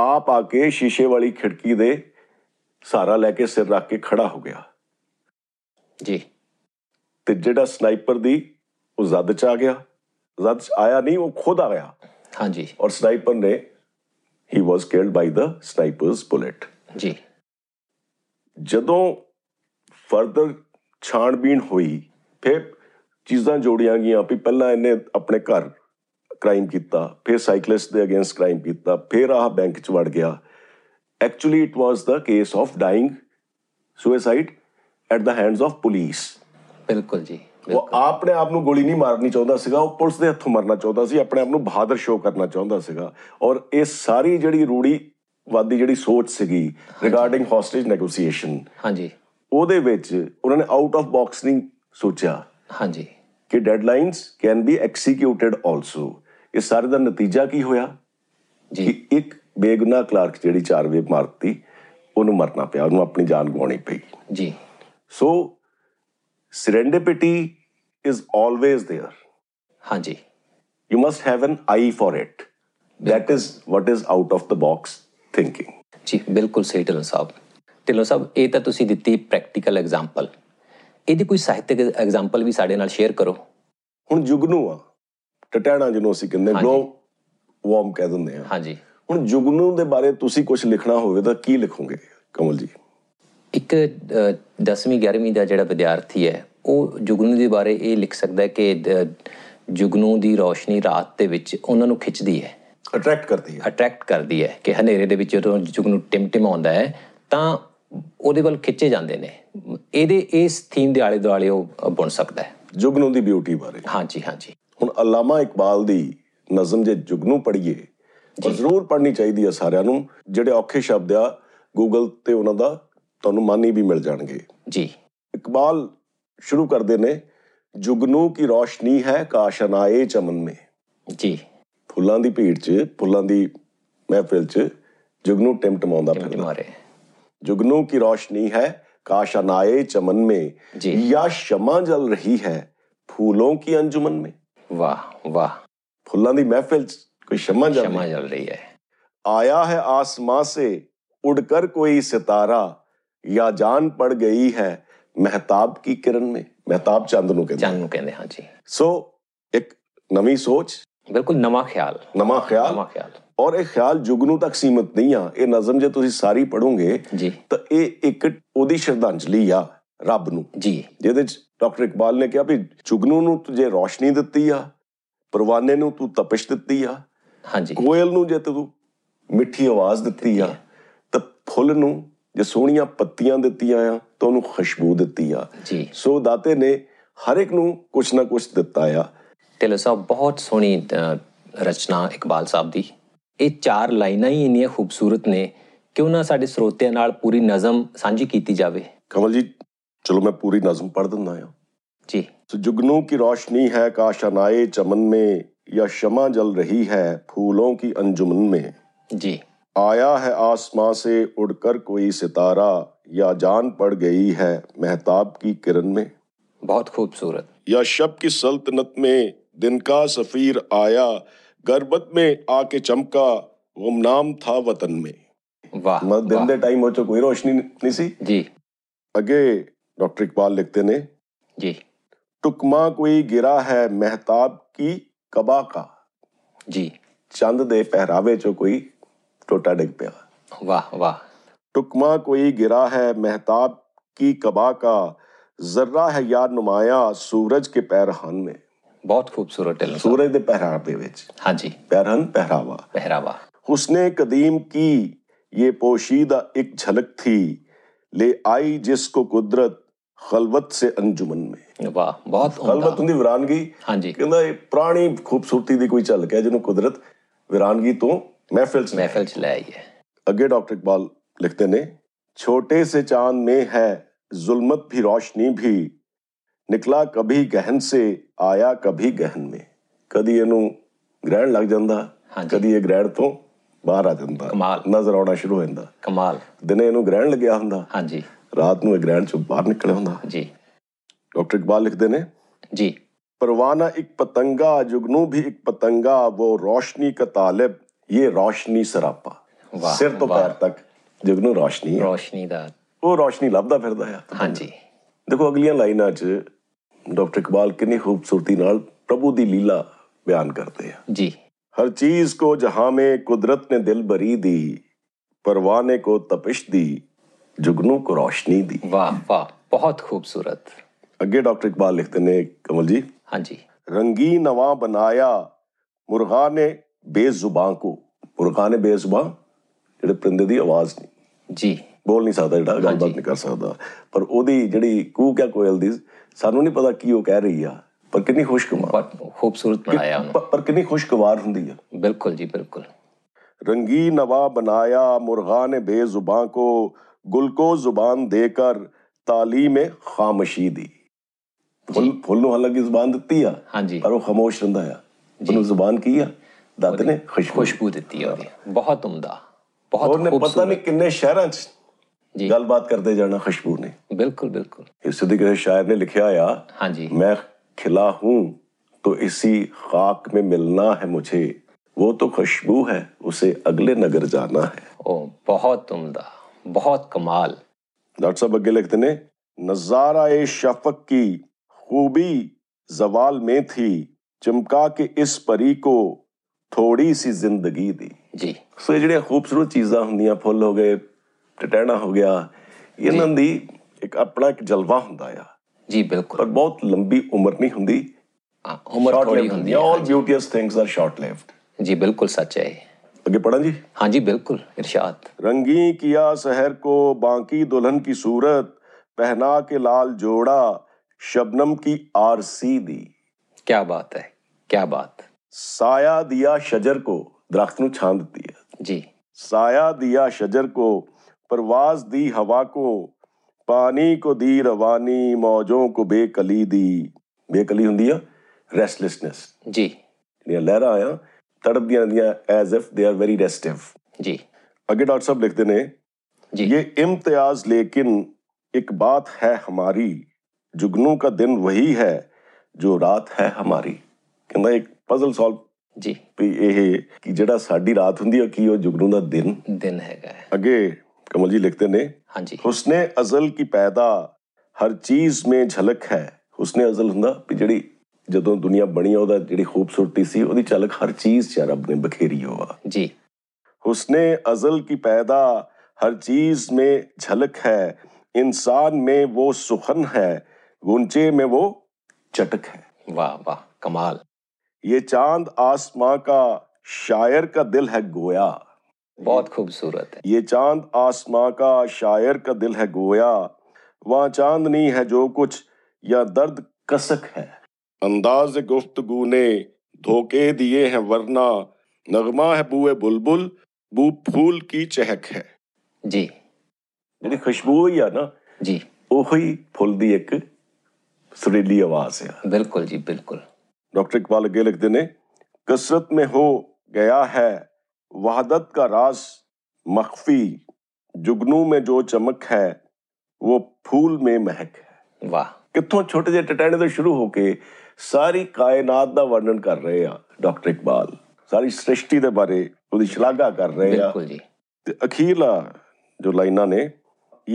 ਆਪ ਆ ਕੇ ਸ਼ੀਸ਼ੇ ਵਾਲੀ ਖਿੜਕੀ ਦੇ ਸਹਾਰਾ ਲੈ ਕੇ ਸਿਰ ਰੱਖ ਕੇ ਖੜਾ ਹੋ ਗਿਆ
ਜੀ
ਤੇ ਜਿਹੜਾ ਸਨਾਈਪਰ ਦੀ ਉਹ ਜ਼ਦ ਚ ਆ ਗਿਆ ਜ਼ਦ ਚ ਆਇਆ ਨਹੀਂ ਉਹ ਖੁਦ ਆ ਗਿਆ
ਹਾਂ ਜੀ
ਔਰ ਸਨਾਈਪਰ ਨੇ ਹੀ ਵਾਸ ਕਿਲਡ ਬਾਈ ਦਾ ਸਨਾਈਪਰਸ ਬੁਲੇਟ
ਜੀ
ਜਦੋਂ ਫਰਦਰ ਛਾਣਬੀਣ ਹੋਈ ਫਿਰ ਚੀਜ਼ਾਂ ਜੋੜੀਆਂ ਗਈਆਂ ਵੀ ਪਹਿਲਾਂ ਇਹਨੇ ਆਪਣੇ ਘਰ ਕ੍ਰਾਈਮ ਕੀਤਾ ਫਿਰ ਸਾਈਕਲਿਸਟ ਦੇ ਅਗੇਂਸਟ ਕ੍ਰਾਈਮ ਕੀਤਾ ਫਿਰ ਆਹ ਬੈਂਕ ਚ ਵੜ ਗਿਆ actually it was the case of dying suicide at the hands of police
ਬਿਲਕੁਲ ਜੀ
ਉਹ ਆਪਣੇ ਆਪ ਨੂੰ ਗੋਲੀ ਨਹੀਂ ਮਾਰਨੀ ਚਾਹੁੰਦਾ ਸੀਗਾ ਉਹ ਪੁਲਿਸ ਦੇ ਹੱਥੋਂ ਮਰਨਾ ਚਾਹੁੰਦਾ ਸੀ ਆਪਣੇ ਆਪ ਨੂੰ ਬਹਾਦਰ ਸ਼ੋਅ ਕਰਨਾ ਚਾਹੁੰਦਾ ਸੀਗਾ ਔਰ ਇਹ ਸਾਰੀ ਜਿਹੜੀ ਰੂੜੀਵਾਦੀ ਜਿਹੜੀ ਸੋਚ ਸੀਗੀ ਰਿਗਾਰਡਿੰਗ ਹੌਸਟੇਜ ਨੈਗੋਸੀਏਸ਼ਨ
ਹਾਂ ਜੀ
ਉਹਦੇ ਵਿੱਚ ਉਹਨਾਂ ਨੇ ਆਊਟ ਆਫ ਬਾਕਸ ਨਹੀਂ ਸੋਚਿਆ
ਹਾਂ ਜੀ
ਕਿ deadlines can be executed also ਇਹ ਸਾਰੇ ਦਾ ਨਤੀਜਾ ਕੀ ਹੋਇਆ
ਜੀ
ਕਿ ਇੱਕ ਬੇਗੁਨਾਹ ਕਲਰਕ ਜਿਹੜੀ 4 ਵੇ ਮਾਰਤੀ ਉਹਨੂੰ ਮਰਨਾ ਪਿਆ ਉਹਨੂੰ ਆਪਣੀ ਜਾਨ ਗਵਾਉਣੀ ਪਈ
ਜੀ
so serendipity is always there
ਹਾਂ ਜੀ
you must have an eye for it. That is what is out of the box thinking.
ਜੀ ਬਿਲਕੁਲ ਸਹੀ ਢਿੱਲੋਂ ਸਾਹਿਬ ਢਿੱਲੋਂ ਸਾਹਿਬ ਇਹ ਤਾਂ ਤੁਸੀਂ ਦਿੱਤੀ ਪ੍ਰੈਕਟੀਕਲ ਐਗਜ਼ਾਮਪਲ ਇਹਦੀ ਕੋਈ ਸਾਹਿਤਕ ਐਗਜ਼ਾਮਪਲ ਵੀ ਸਾਡੇ ਨਾਲ ਸ਼ੇਅਰ ਕਰੋ
ਹੁਣ ਜੁਗਨੂ ਆ ਟਟਿਆਣਾ ਜਿਹਨੂੰ ਅਸੀਂ ਕਹਿੰਦੇ
ਹਾਂਜੀ।
ਗਲੋ ਵਾਰਮ ਕਹਿ ਦਿੰਦੇ ਆ
ਹਾਂ ਜੀ
ਹੁਣ ਜੁਗਨੂ ਦੇ ਬਾਰੇ ਤੁਸੀਂ ਕੁਝ ਲਿਖਣਾ ਹੋਵੇ ਤਾਂ ਕੀ ਲਿਖੋਗੇ ਕਮਲ ਜੀ
ਇੱਕ 10ਵੀਂ 11ਵੀਂ ਦਾ ਜਿਹੜਾ ਵਿਦਿਆਰਥੀ ਹੈ ਉਹ ਜੁਗਨੂ ਦੇ ਬਾਰੇ ਇਹ ਲਿਖ ਸਕਦਾ ਹੈ ਕਿ ਦ- ਜੁਗਨੂ ਦੀ ਰੋਸ਼ਨੀ ਰਾਤ ਦੇ ਵਿੱਚ ਉਹਨਾਂ ਨੂੰ ਖਿੱਚਦੀ ਹੈ
ਅਟਰੈਕਟ ਕਰਦੀ ਹੈ
ਅਟਰੈਕਟ ਕਰਦੀ ਹੈ ਕਿ ਹਨੇਰੇ ਦੇ ਵਿੱਚ ਜਦੋਂ ਜੁਗਨੂੰ ਟਿਮਟਿਮ ਆਉਂਦਾ ਹੈ ਤਾਂ ਉਹਦੇ ਵੱਲ ਖਿੱਚੇ ਜਾਂਦੇ ਨੇ ਇਹਦੇ ਇਸ ਥੀਮ ਦੇ ਆਲੇ ਦੁਆਲੇ ਉਹ ਅ, ਬੁਣ ਸਕਦਾ ਹੈ
ਜੁਗਨੂ ਦੀ ਬਿਊਟੀ ਬਾਰੇ
ਹਾਂਜੀ ਹਾਂਜੀ
ਹੁਣ ਅਲਾਮਾ ਇਕਬਾਲ ਦੀ ਨਜ਼ਮ ਜੇ ਜੁਗਨੂ ਪੜ੍ਹੀਏ ਔਰ ਜ਼ਰੂਰ ਪੜ੍ਹਨੀ ਚਾਹੀਦੀ ਹੈ ਸਾਰਿਆਂ ਨੂੰ ਜਿਹੜੇ ਔਖੇ ਸ਼ਬਦ ਆ ਗੂਗਲ ਤੇ ਉਹਨਾਂ ਦਾ ਤੁਹਾਨੂੰ ਮਾਨੀ ਵੀ ਮਿਲ ਜਾਣਗੇ
ਜੀ
ਇਕਬਾਲ ਸ਼ੁਰੂ ਕਰਦੇ ਨੇ ਜੁਗਨੂ ਕੀ ਰੋਸ਼ਨੀ ਹੈ ਕਾਸ਼ਨਾਏ ਚਮਨ ਮੇ
ਜੀ
ਫੁੱਲਾਂ ਦੀ ਭੀੜ 'ਚ ਫੁੱਲਾਂ ਦੀ ਮਹਿਫਿਲ 'ਚ ਜੁਗਨੂ ਟਿਮਟਮਾਉਂਦਾ ਫਿਰਦਾ
ਟਮਾਰੇ
जुगनू की रोशनी है काशनाए चमन में
जी।
या शमा जल रही है फूलों की अंजुमन में
वाह वाह
फुल्ला दी महफिल च कोई शमा जल
क्षमा
रही।
चल रही है
आया है आसमां से उड़कर कोई सितारा या जान पड़ गई है महताब की किरण में महताब चंद ਨੂੰ ਕਹਿੰਦੇ
ਚੰਨ ਨੂੰ ਕਹਿੰਦੇ ਹਾਂ ਜੀ
ਸੋ ਇੱਕ ਨਵੀਂ ਸੋਚ
ਬਿਲਕੁਲ ਨਵਾਂ ਖਿਆਲ
ਨਵਾਂ ਖਿਆਲ
ਨਵਾਂ ਖਿਆਲ
ਔਰ ਇਹ ਖਿਆਲ ਜੁਗਨੂ ਤੱਕ ਸੀਮਤ ਨਹੀਂ ਆ ਇਹ ਨਜ਼ਮ ਜੇ ਤੁਸੀਂ ਸਾਰੀ ਪੜੋਗੇ
ਜੀ
ਤਾਂ ਇਹ ਇੱਕ ਉਹਦੀ ਸ਼ਰਧਾਂਜਲੀ ਆ ਰੱਬ ਨੂੰ
ਜੀ
ਜਿਹਦੇ ਚ ਡਾਕਟਰ ਇਕਬਾਲ ਨੇ ਕਿਹਾ ਵੀ ਜੁਗਨੂ ਨੂੰ ਤੂੰ ਜੇ ਰੋਸ਼ਨੀ ਦਿੱਤੀ ਆ ਪਰਵਾਨੇ ਨੂੰ ਤੂੰ ਤਪਸ਼ ਦਿੱਤੀ ਆ
ਹਾਂਜੀ
ਕੋਇਲ ਨੂੰ ਜੇ ਤੂੰ ਮਿੱਠੀ ਆਵਾਜ਼ ਦਿੱਤੀ ਆ ਤਾਂ ਫੁੱਲ ਨੂੰ ਜੇ ਸੋਹਣੀਆਂ ਪੱਤੀਆਂ ਦਿੱਤੀਆਂ ਆ ਤਾਂ ਉਹਨੂੰ ਖੁਸ਼ਬੂ ਦਿੱਤੀ ਆ
ਜੀ
ਸੋ ਦਾਤੇ ਨੇ ਹਰ ਇੱਕ ਨੂੰ ਕੁਛ ਨਾ ਕੁਛ ਦਿੱਤਾ ਆ
ਢਿੱਲੋਂ ਸਾਹਿਬ ਬਹੁਤ ਸੋਹਣੀ ਅ, ਰਚਨਾ ਇਕਬਾਲ ਸਾਹਿਬ ਦੀ ਇਹ ਚਾਰ ਲਾਈਨਾਂ ਹੀ ਇੰਨੀਆਂ ਖੂਬਸੂਰਤ ਨੇ ਕਿ ਉਹਨਾਂ ਸਾਡੇ ਸਰੋਤਿਆਂ ਨਾਲ ਪੂਰੀ ਨਜ਼ਮ ਸਾਂਝੀ ਕੀਤੀ ਜਾਵੇ
ਕਮਲ ਜੀ ਚਲੋ ਮੈਂ ਪੂਰੀ ਨਜ਼ਮ ਪੜ੍ਹ ਦਿੰਦਾ ਆ
ਜੀ
तो जुगनू की रोशनी है काशनाए चमन में या शमा जल रही है फूलों की अंजुमन में
ਜੀ
आया है आसमां से उड़कर कोई सितारा या जान पड़ गई है महताब की किरण में
ਬਹੁਤ ਖੂਬਸੂਰਤ
या शब की सल्तनत में दिन का सफीर आया गर्बत में आके चमका गुमनाम था वतन में
ਵਾਹ
मतलब दिन
ਵਾਹ।
दे टाइम हो चो कोई रोशनी नहीं सी
ਜੀ
अगे डॉक्टर इकबाल लिखते ने
ਜੀ
टुकमा कोई गिरा है महताब की कबा का
ਜੀ
ਚੰਦ ਦੇ ਪਹਿਰਾਵੇ 'ਚੋਂ ਕੋਈ ਟੋਟਾ ਡਿੱਗ ਪਿਆ
ਵਾਹ ਵਾਹ
ਟੁਕਮਾ ਕੋਈ ਗਿਰਾ ਹੈ ਮਹਿਤਾਬ ਕੀ ਕਬਾ ਕਾ ਜ਼ਰਾ ਹੈ ਯਾ ਨੁਮਾਇਆ ਸੂਰਜ ਕੇ ਪਹਿਰਾਨ ਮੇ
ਬਹੁਤ ਖੂਬਸੂਰਤ ਢਿੱਲੋਂ ਸਾਹਿਬ
ਸੂਰਜ ਦੇ ਪਹਿਰਾਵੇ ਵਿੱਚ
ਹਾਂਜੀ
ਪਹਿਰਾਨ ਪਹਿਰਾਵਾ
ਪਹਿਰਾਵਾ
ਹੁਸਨੇ ਕਦੀਮ ਕੀ ਇਹ ਪੋਸ਼ੀਦਾ ਇੱਕ ਝਲਕ ਥੀ ਲੈ ਆਈ ਜਿਸ ਕੋ ਕੁਦਰਤ ਖਲਵਤ ਸੇ ਅੰਜੁਮਨ ਮੇ
ਵਾਹ ਬਹੁਤ
ਖਲਵਤ
ਉਮਦਾ
ਹੁੰਦੀ ਵਿਰਾਨਗੀ
ਹਾਂਜੀ
ਕਹਿੰਦਾ ਇਹ ਪੁਰਾਣੀ ਖੂਬਸੂਰਤੀ ਦੀ ਕੋਈ ਝਲਕ ਹੈ ਜਿਹਨੂੰ ਕੁਦਰਤ ਵਿਰਾਨਗੀ ਤੋਂ ਮਹਿਫਿਲ ਚ ਲੈ ਆਈ।
ਮਹਿਫਲ ਚ ਲੈ ਆਈਏ
अगे डॉक्टर इकबाल लिखते ने छोटे से चांद में है जुल्मत भी रोशनी भी ਨਿਕਲਾ ਕਭੀ ਗਹਿਨ ਸੇ ਆਇਆ ਕਭੀ ਗਹਿਨ ਮੇ ਕਦੀ ਇਹਨੂੰ ਗ੍ਰਹਿਣ ਲੱਗ ਜਾਂਦਾ
ਹਾਂਜੀ।
ਕਦੀ ਇਹ ਗ੍ਰਹਿਣ ਤੋਂ ਬਾਹਰ ਆ ਜਾਂਦਾ
ਕਮਾਲ।
ਨਜ਼ਰ ਆਉਣਾ ਸ਼ੁਰੂ ਹੋ ਜਾਂਦਾ
ਕਮਾਲ
ਦਿਨੇ ਇਹਨੂੰ ਗ੍ਰਹਿਣ ਲੱਗਿਆ ਹੁੰਦਾ
ਹਾਂਜੀ
ਰਾਤ ਨੂੰ ਇਹ ਗ੍ਰਹਿਣ ਚੋਂ ਬਾਹਰ ਨਿਕਲਿਆ ਹੁੰਦਾ
ਜੀ
ਡਾਕਟਰ ਇਕਬਾਲ ਲਿਖਦੇ ਨੇ
ਜੀ
परवाना एक पतंगा जुगनू भी एक पतंगा वो रोशनी का तालिब ये रोशनी सरापा
ਵਾਹ,
सिर तो
ਵਾਹ।
पैर तक जुगनू रोशनी है
ਰੋਸ਼ਨੀ ਦਾ
वो रोशनी लभदा फिरदा है
ਹਾਂਜੀ
देखो अगलियां लाइनां च डॉक्टर इकबाल कितनी खूबसूरती नाल प्रभु दी लीला बयान करते हैं
ਜੀ
हर चीज को जहां में कुदरत ने दिल बरी दी परवाने को तपिश दी जुगनू को रोशनी दी
ਵਾਹ ਵਾਹ ਬਹੁਤ ਖੂਬਸੂਰਤ
अगे डॉक्टर इकबाल लिखते ने कमल जी
ਹਾਂਜੀ
रंगीन नवा बनाया मुर्गा ने बेजुबां को मुर्गा ने बेजुबां ਜਿਹੜੇ ਪਰਿੰਦੇ ਦੀ ਆਵਾਜ਼ ਨਹੀਂ
ਜੀ
ਬੋਲ ਨਹੀਂ ਸਕਦਾ ਜਿਹੜਾ ਗੱਲਬਾਤ ਨਹੀਂ ਕਰ ਸਕਦਾ ਪਰ ਉਹਦੀ ਜਿਹੜੀ ਕੂਕ ਹੈ ਕੋਇਲ ਦੀ ਸਾਨੂੰ ਨਹੀਂ ਪਤਾ ਕੀ ਉਹ ਕਹਿ ਰਹੀ ਆ ਪਰ ਕਿੰਨੀ ਖੁਸ਼ਗਵਾਰ
ਬਹੁਤ ਖੂਬਸੂਰਤ ਬਣਾਇਆ ਉਹਨੂੰ
ਪਰ- ਪਰ ਕਿੰਨੀ ਖੁਸ਼ਗਵਾਰ ਹੁੰਦੀ ਆ
ਬਿਲਕੁਲ ਜੀ ਬਿਲਕੁਲ
रंगी नवा बनाया मुर्गा ने बेजुबां को गुल को जुबान देकर तालीम खामशी दी फुल फुल ਨੂੰ ਹਾਲਾਂਕਿ ਜ਼ੁਬਾਨ ਦਿੱਤੀ ਆ
ਹਾਂਜੀ
ਪਰ ਉਹ ਖਾਮੋਸ਼ ਰਹਿੰਦਾ ਆ ਉਹਨੂੰ ਜ਼ੁਬਾਨ ਕੀ ਆ ਦਾਤ ਨੇ ਖੁਸ਼ਬੂ
ਖੁਸ਼ਬੂ ਦਿੱਤੀ ਆ ਉਹਦੀ ਬਹੁਤ ਉਮਦਾ ਬਹੁਤ
ਉਹਨੇ ਪਤਾ
ਖੂਬਸੂਰਤ
ਨਹੀਂ ਕਿੰਨੇ ਸ਼ਹਿਰਾਂ 'ਚ
ਜੀ
ਗੱਲਬਾਤ ਕਰਦੇ ਜਾਣਾ ਖੁਸ਼ਬੂ ਨੇ
ਬਿਲਕੁਲ ਬਿਲਕੁਲ
ਇਸ ਦੀ ਕਿਸੇ ਸ਼ਾਇਰ ਨੇ ਲਿਖਿਆ ਆ
ਹਾਂਜੀ
मैं खिला हूं तो इसी खाक में मिलना है मुझे वो तो खुशबू है उसे अगले नगर जाना है
ਉਹ ਬਹੁਤ ਉਮਦਾ ਬਹੁਤ ਕਮਾਲ
डॉक्टर साहब अगे लिखते ने नजारा ए शफक की खूबी जवाल में थी चमका के इस परी को थोड़ी सी जिंदगी दी
ਜੀ
ਸੋ ਇਹ ਜਿਹੜੀਆਂ ਖੂਬਸੂਰਤ ਚੀਜ਼ਾਂ ਹੁੰਦੀਆਂ ਫੁੱਲ ਹੋ ਗਏ ਟਟਹਿਣਾ ਹੋ ਗਿਆ ਇਹਨਾਂ ਦੀ ਇੱਕ ਆਪਣਾ ਇੱਕ ਜਲਵਾ ਹੁੰਦਾ ਆ
ਜੀ ਬਿਲਕੁਲ
ਪਰ ਬਹੁਤ ਲੰਬੀ ਉਮਰ ਨਹੀਂ ਹੁੰਦੀ
ਹਾਂ, ਉਮਰ
ਸ਼ਾਰਟ
ਥੋੜੀ
ਲਿਵਡ ਹੁੰਦੀ
ਹੁੰਦੀ ਹੈ
all beauteous things are short lived
ਜੀ ਬਿਲਕੁਲ ਸੱਚ ਹੈ ਇਹ।
ਅੱਗੇ ਪੜਾਂ ਜੀ
ਹਾਂਜੀ ਬਿਲਕੁਲ ਇਰਸ਼ਾਦ
रंगी किया शहर को बांकी दुल्हन की सूरत पहना के लाल जोड़ा शबनम की आरसी दी
ਕੀ ਬਾਤ ਹੈ ਕੀ ਬਾत
साया दिया शजर को दरख्त नु छां दी है
ਜੀ
साया दिया शजर को परवाज दी हवा को पानी को दी रवानी मौजों को बेकली दी ਬੇਕਲੀ ਹੁੰਦੀ ਆ ਰੈਸਟਲੈਸਨੈਸ
ਜੀ
ਜਿਹੜੀਆਂ ਲਹਿਰਾਂ ਆ ਤੜਪਦੀਆਂ ਰਹਿੰਦੀਆਂ as if they are very restive
ਜੀ
ਅੱਗੇ ਡਾਕਟਰ ਸਾਹਿਬ ਲਿਖਦੇ ਨੇ
जी
ये इम्तियाज लेकिन एक बात है हमारी जुगनू का दिन वही है जो ਰਾਤ ਹੈ ਹਮਾਰੀ ਕਹਿੰਦਾ ਇੱਕ ਪਜ਼ਲ ਸੋਲਵ
जी
ਵੀ ਇਹ ਕਿ ਜਿਹੜਾ ਸਾਡੀ ਰਾਤ ਹੁੰਦੀ ਹੈ ਕੀ ਉਹ ਜੁਗਨੂ ਦਾ ਦਿਨ
दिन हैगा
ਅੱਗੇ ਕਮਲ ਜੀ ਲਿਖਦੇ ਨੇ
हाँ जी
ਹੁਸਨੇ ਅਜ਼ਲ ਕੀ ਪੈਦਾ ਹਰ ਚੀਜ਼ ਮੇ ਝਲਕ ਹੈ ਹੁਸਨੇ ਅਜ਼ਲ ਹੁੰਦਾ ਵੀ ਜਿਹੜੀ ਜਦੋਂ ਦੁਨੀਆ ਬਣੀ ਆ ਉਹਦਾ ਜਿਹੜੀ ਖੂਬਸੂਰਤੀ ਸੀ ਉਹਦੀ ਝਲਕ ਹਰ ਚੀਜ਼ 'ਚ ਰੱਬ ਨੇ ਬਖੇਰੀ ਹੋਆ
जी
हुस्ने अजल की पैदा हर चीज में झलक है इंसान में वो सुखन है गुंजे में वो चटक है
वाह वाह कमाल
ये चांद आसमां का शायर का दिल है गोया
बहुत खूबसूरत है
ये चांद आसमां का शायर का दिल है गोया वहाँ चांदनी है जो कुछ या दर्द कसक है अंदाज गुफ्तगू ने धोखे दिए हैं वरना नगमा है बूए बुलबुल बू फूल की चहक है
जी
ਜਿਹੜੀ ਖੁਸ਼ਬੂ ਹੀ ਆ ਨਾ
जी
ਉਹੀ ਫੁੱਲ ਦੀ ਇੱਕ ਸੁਰੀਲੀ ਆਵਾਜ਼ ਆ
बिल्कुल जी बिल्कुल
ਡਾਕਟਰ ਇਕਬਾਲ ਅੱਗੇ ਲਿਖਦੇ ਨੇ ਕਸਰਤ ਮੇ ਹੋ ਗਿਆ ਹੈ ਵਹਦਤ ਦਾ ਰਾਜ਼ ਮਖਫੀ ਜੁਗਨੂ ਮੇ ਜੋ ਚਮਕ ਹੈ ਉਹ ਫੂਲ ਮੇ ਮਹਿਕ ਹੈ
वाह
ਕਿੱਥੋਂ ਛੋਟੇ ਜਿਹੇ ਟਟਾਣੇ ਤੋਂ ਸ਼ੁਰੂ ਹੋ ਕੇ ਸਾਰੀ ਕਾਇਨਾਤ ਦਾ ਵਰਣਨ ਕਰ ਰਹੇ ਆ ਡਾਕਟਰ ਇਕਬਾਲ ਸਾਰੀ ਸ੍ਰਿਸ਼ਟੀ ਦੇ ਬਾਰੇ ਉਹਦੀ ਸ਼ਲਾਘਾ ਕਰ ਰਹੇ ਆ
बिल्कुल जी
ਤੇ ਅਖੀਰਲਾ ਜੋ ਲਾਈਨਾਂ ਨੇ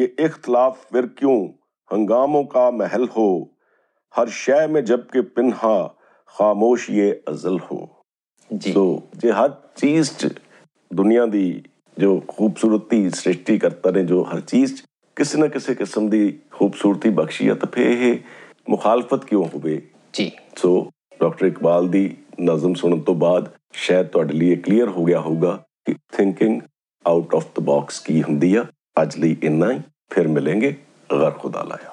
ਇਹ ਇਖਤਲਾਫ ਫਿਰ ਕਿਉਂ ਹੰਗਾਮੋਂ ਕਾ ਮਹਿਲ ਹੋ ਹਰ ਸ਼ੈ ਮੇ ਜਬਕਿ ਪਿੰਹਾ ਖਾਮੋਸ਼ ਇਹ ਅਜ਼ਲ ਹੋ
जी
ਸੋ ਜੇ ਹਰ ਚੀਜ਼ 'ਚ ਦੁਨੀਆ ਦੀ ਜੋ ਖੂਬਸੂਰਤੀ ਸ੍ਰਿਸ਼ਟੀ ਕਰਤਾ ਨੇ ਜੋ ਹਰ ਚੀਜ਼ 'ਚ ਕਿਸੇ ਨਾ ਕਿਸੇ ਕਿਸਮ ਦੀ ਖੂਬਸੂਰਤੀ ਬਖਸ਼ੀ ਆ ਤਾਂ ਫੇ ਇਹ ਮੁਖਾਲਫਤ ਕਿਉਂ ਹੋਵੇ
जी
ਸੋ ਡਾਕਟਰ ਇਕਬਾਲ ਦੀ ਨਜ਼ਮ ਸੁਣਨ ਤੋਂ ਬਾਅਦ ਸ਼ਾਇਦ ਤੁਹਾਡੇ ਲਈ ਕਲੀਅਰ ਹੋ ਗਿਆ ਹੋਊਗਾ ਕਿ thinking out of the box ਕੀ ਹੁੰਦੀ ਆ ਅੱਜ ਲਈ ਇੰਨਾ ਹੀ ਫਿਰ ਮਿਲਾਂਗੇ ਗਰ ਖੁਦਾ ਲਾਇਆ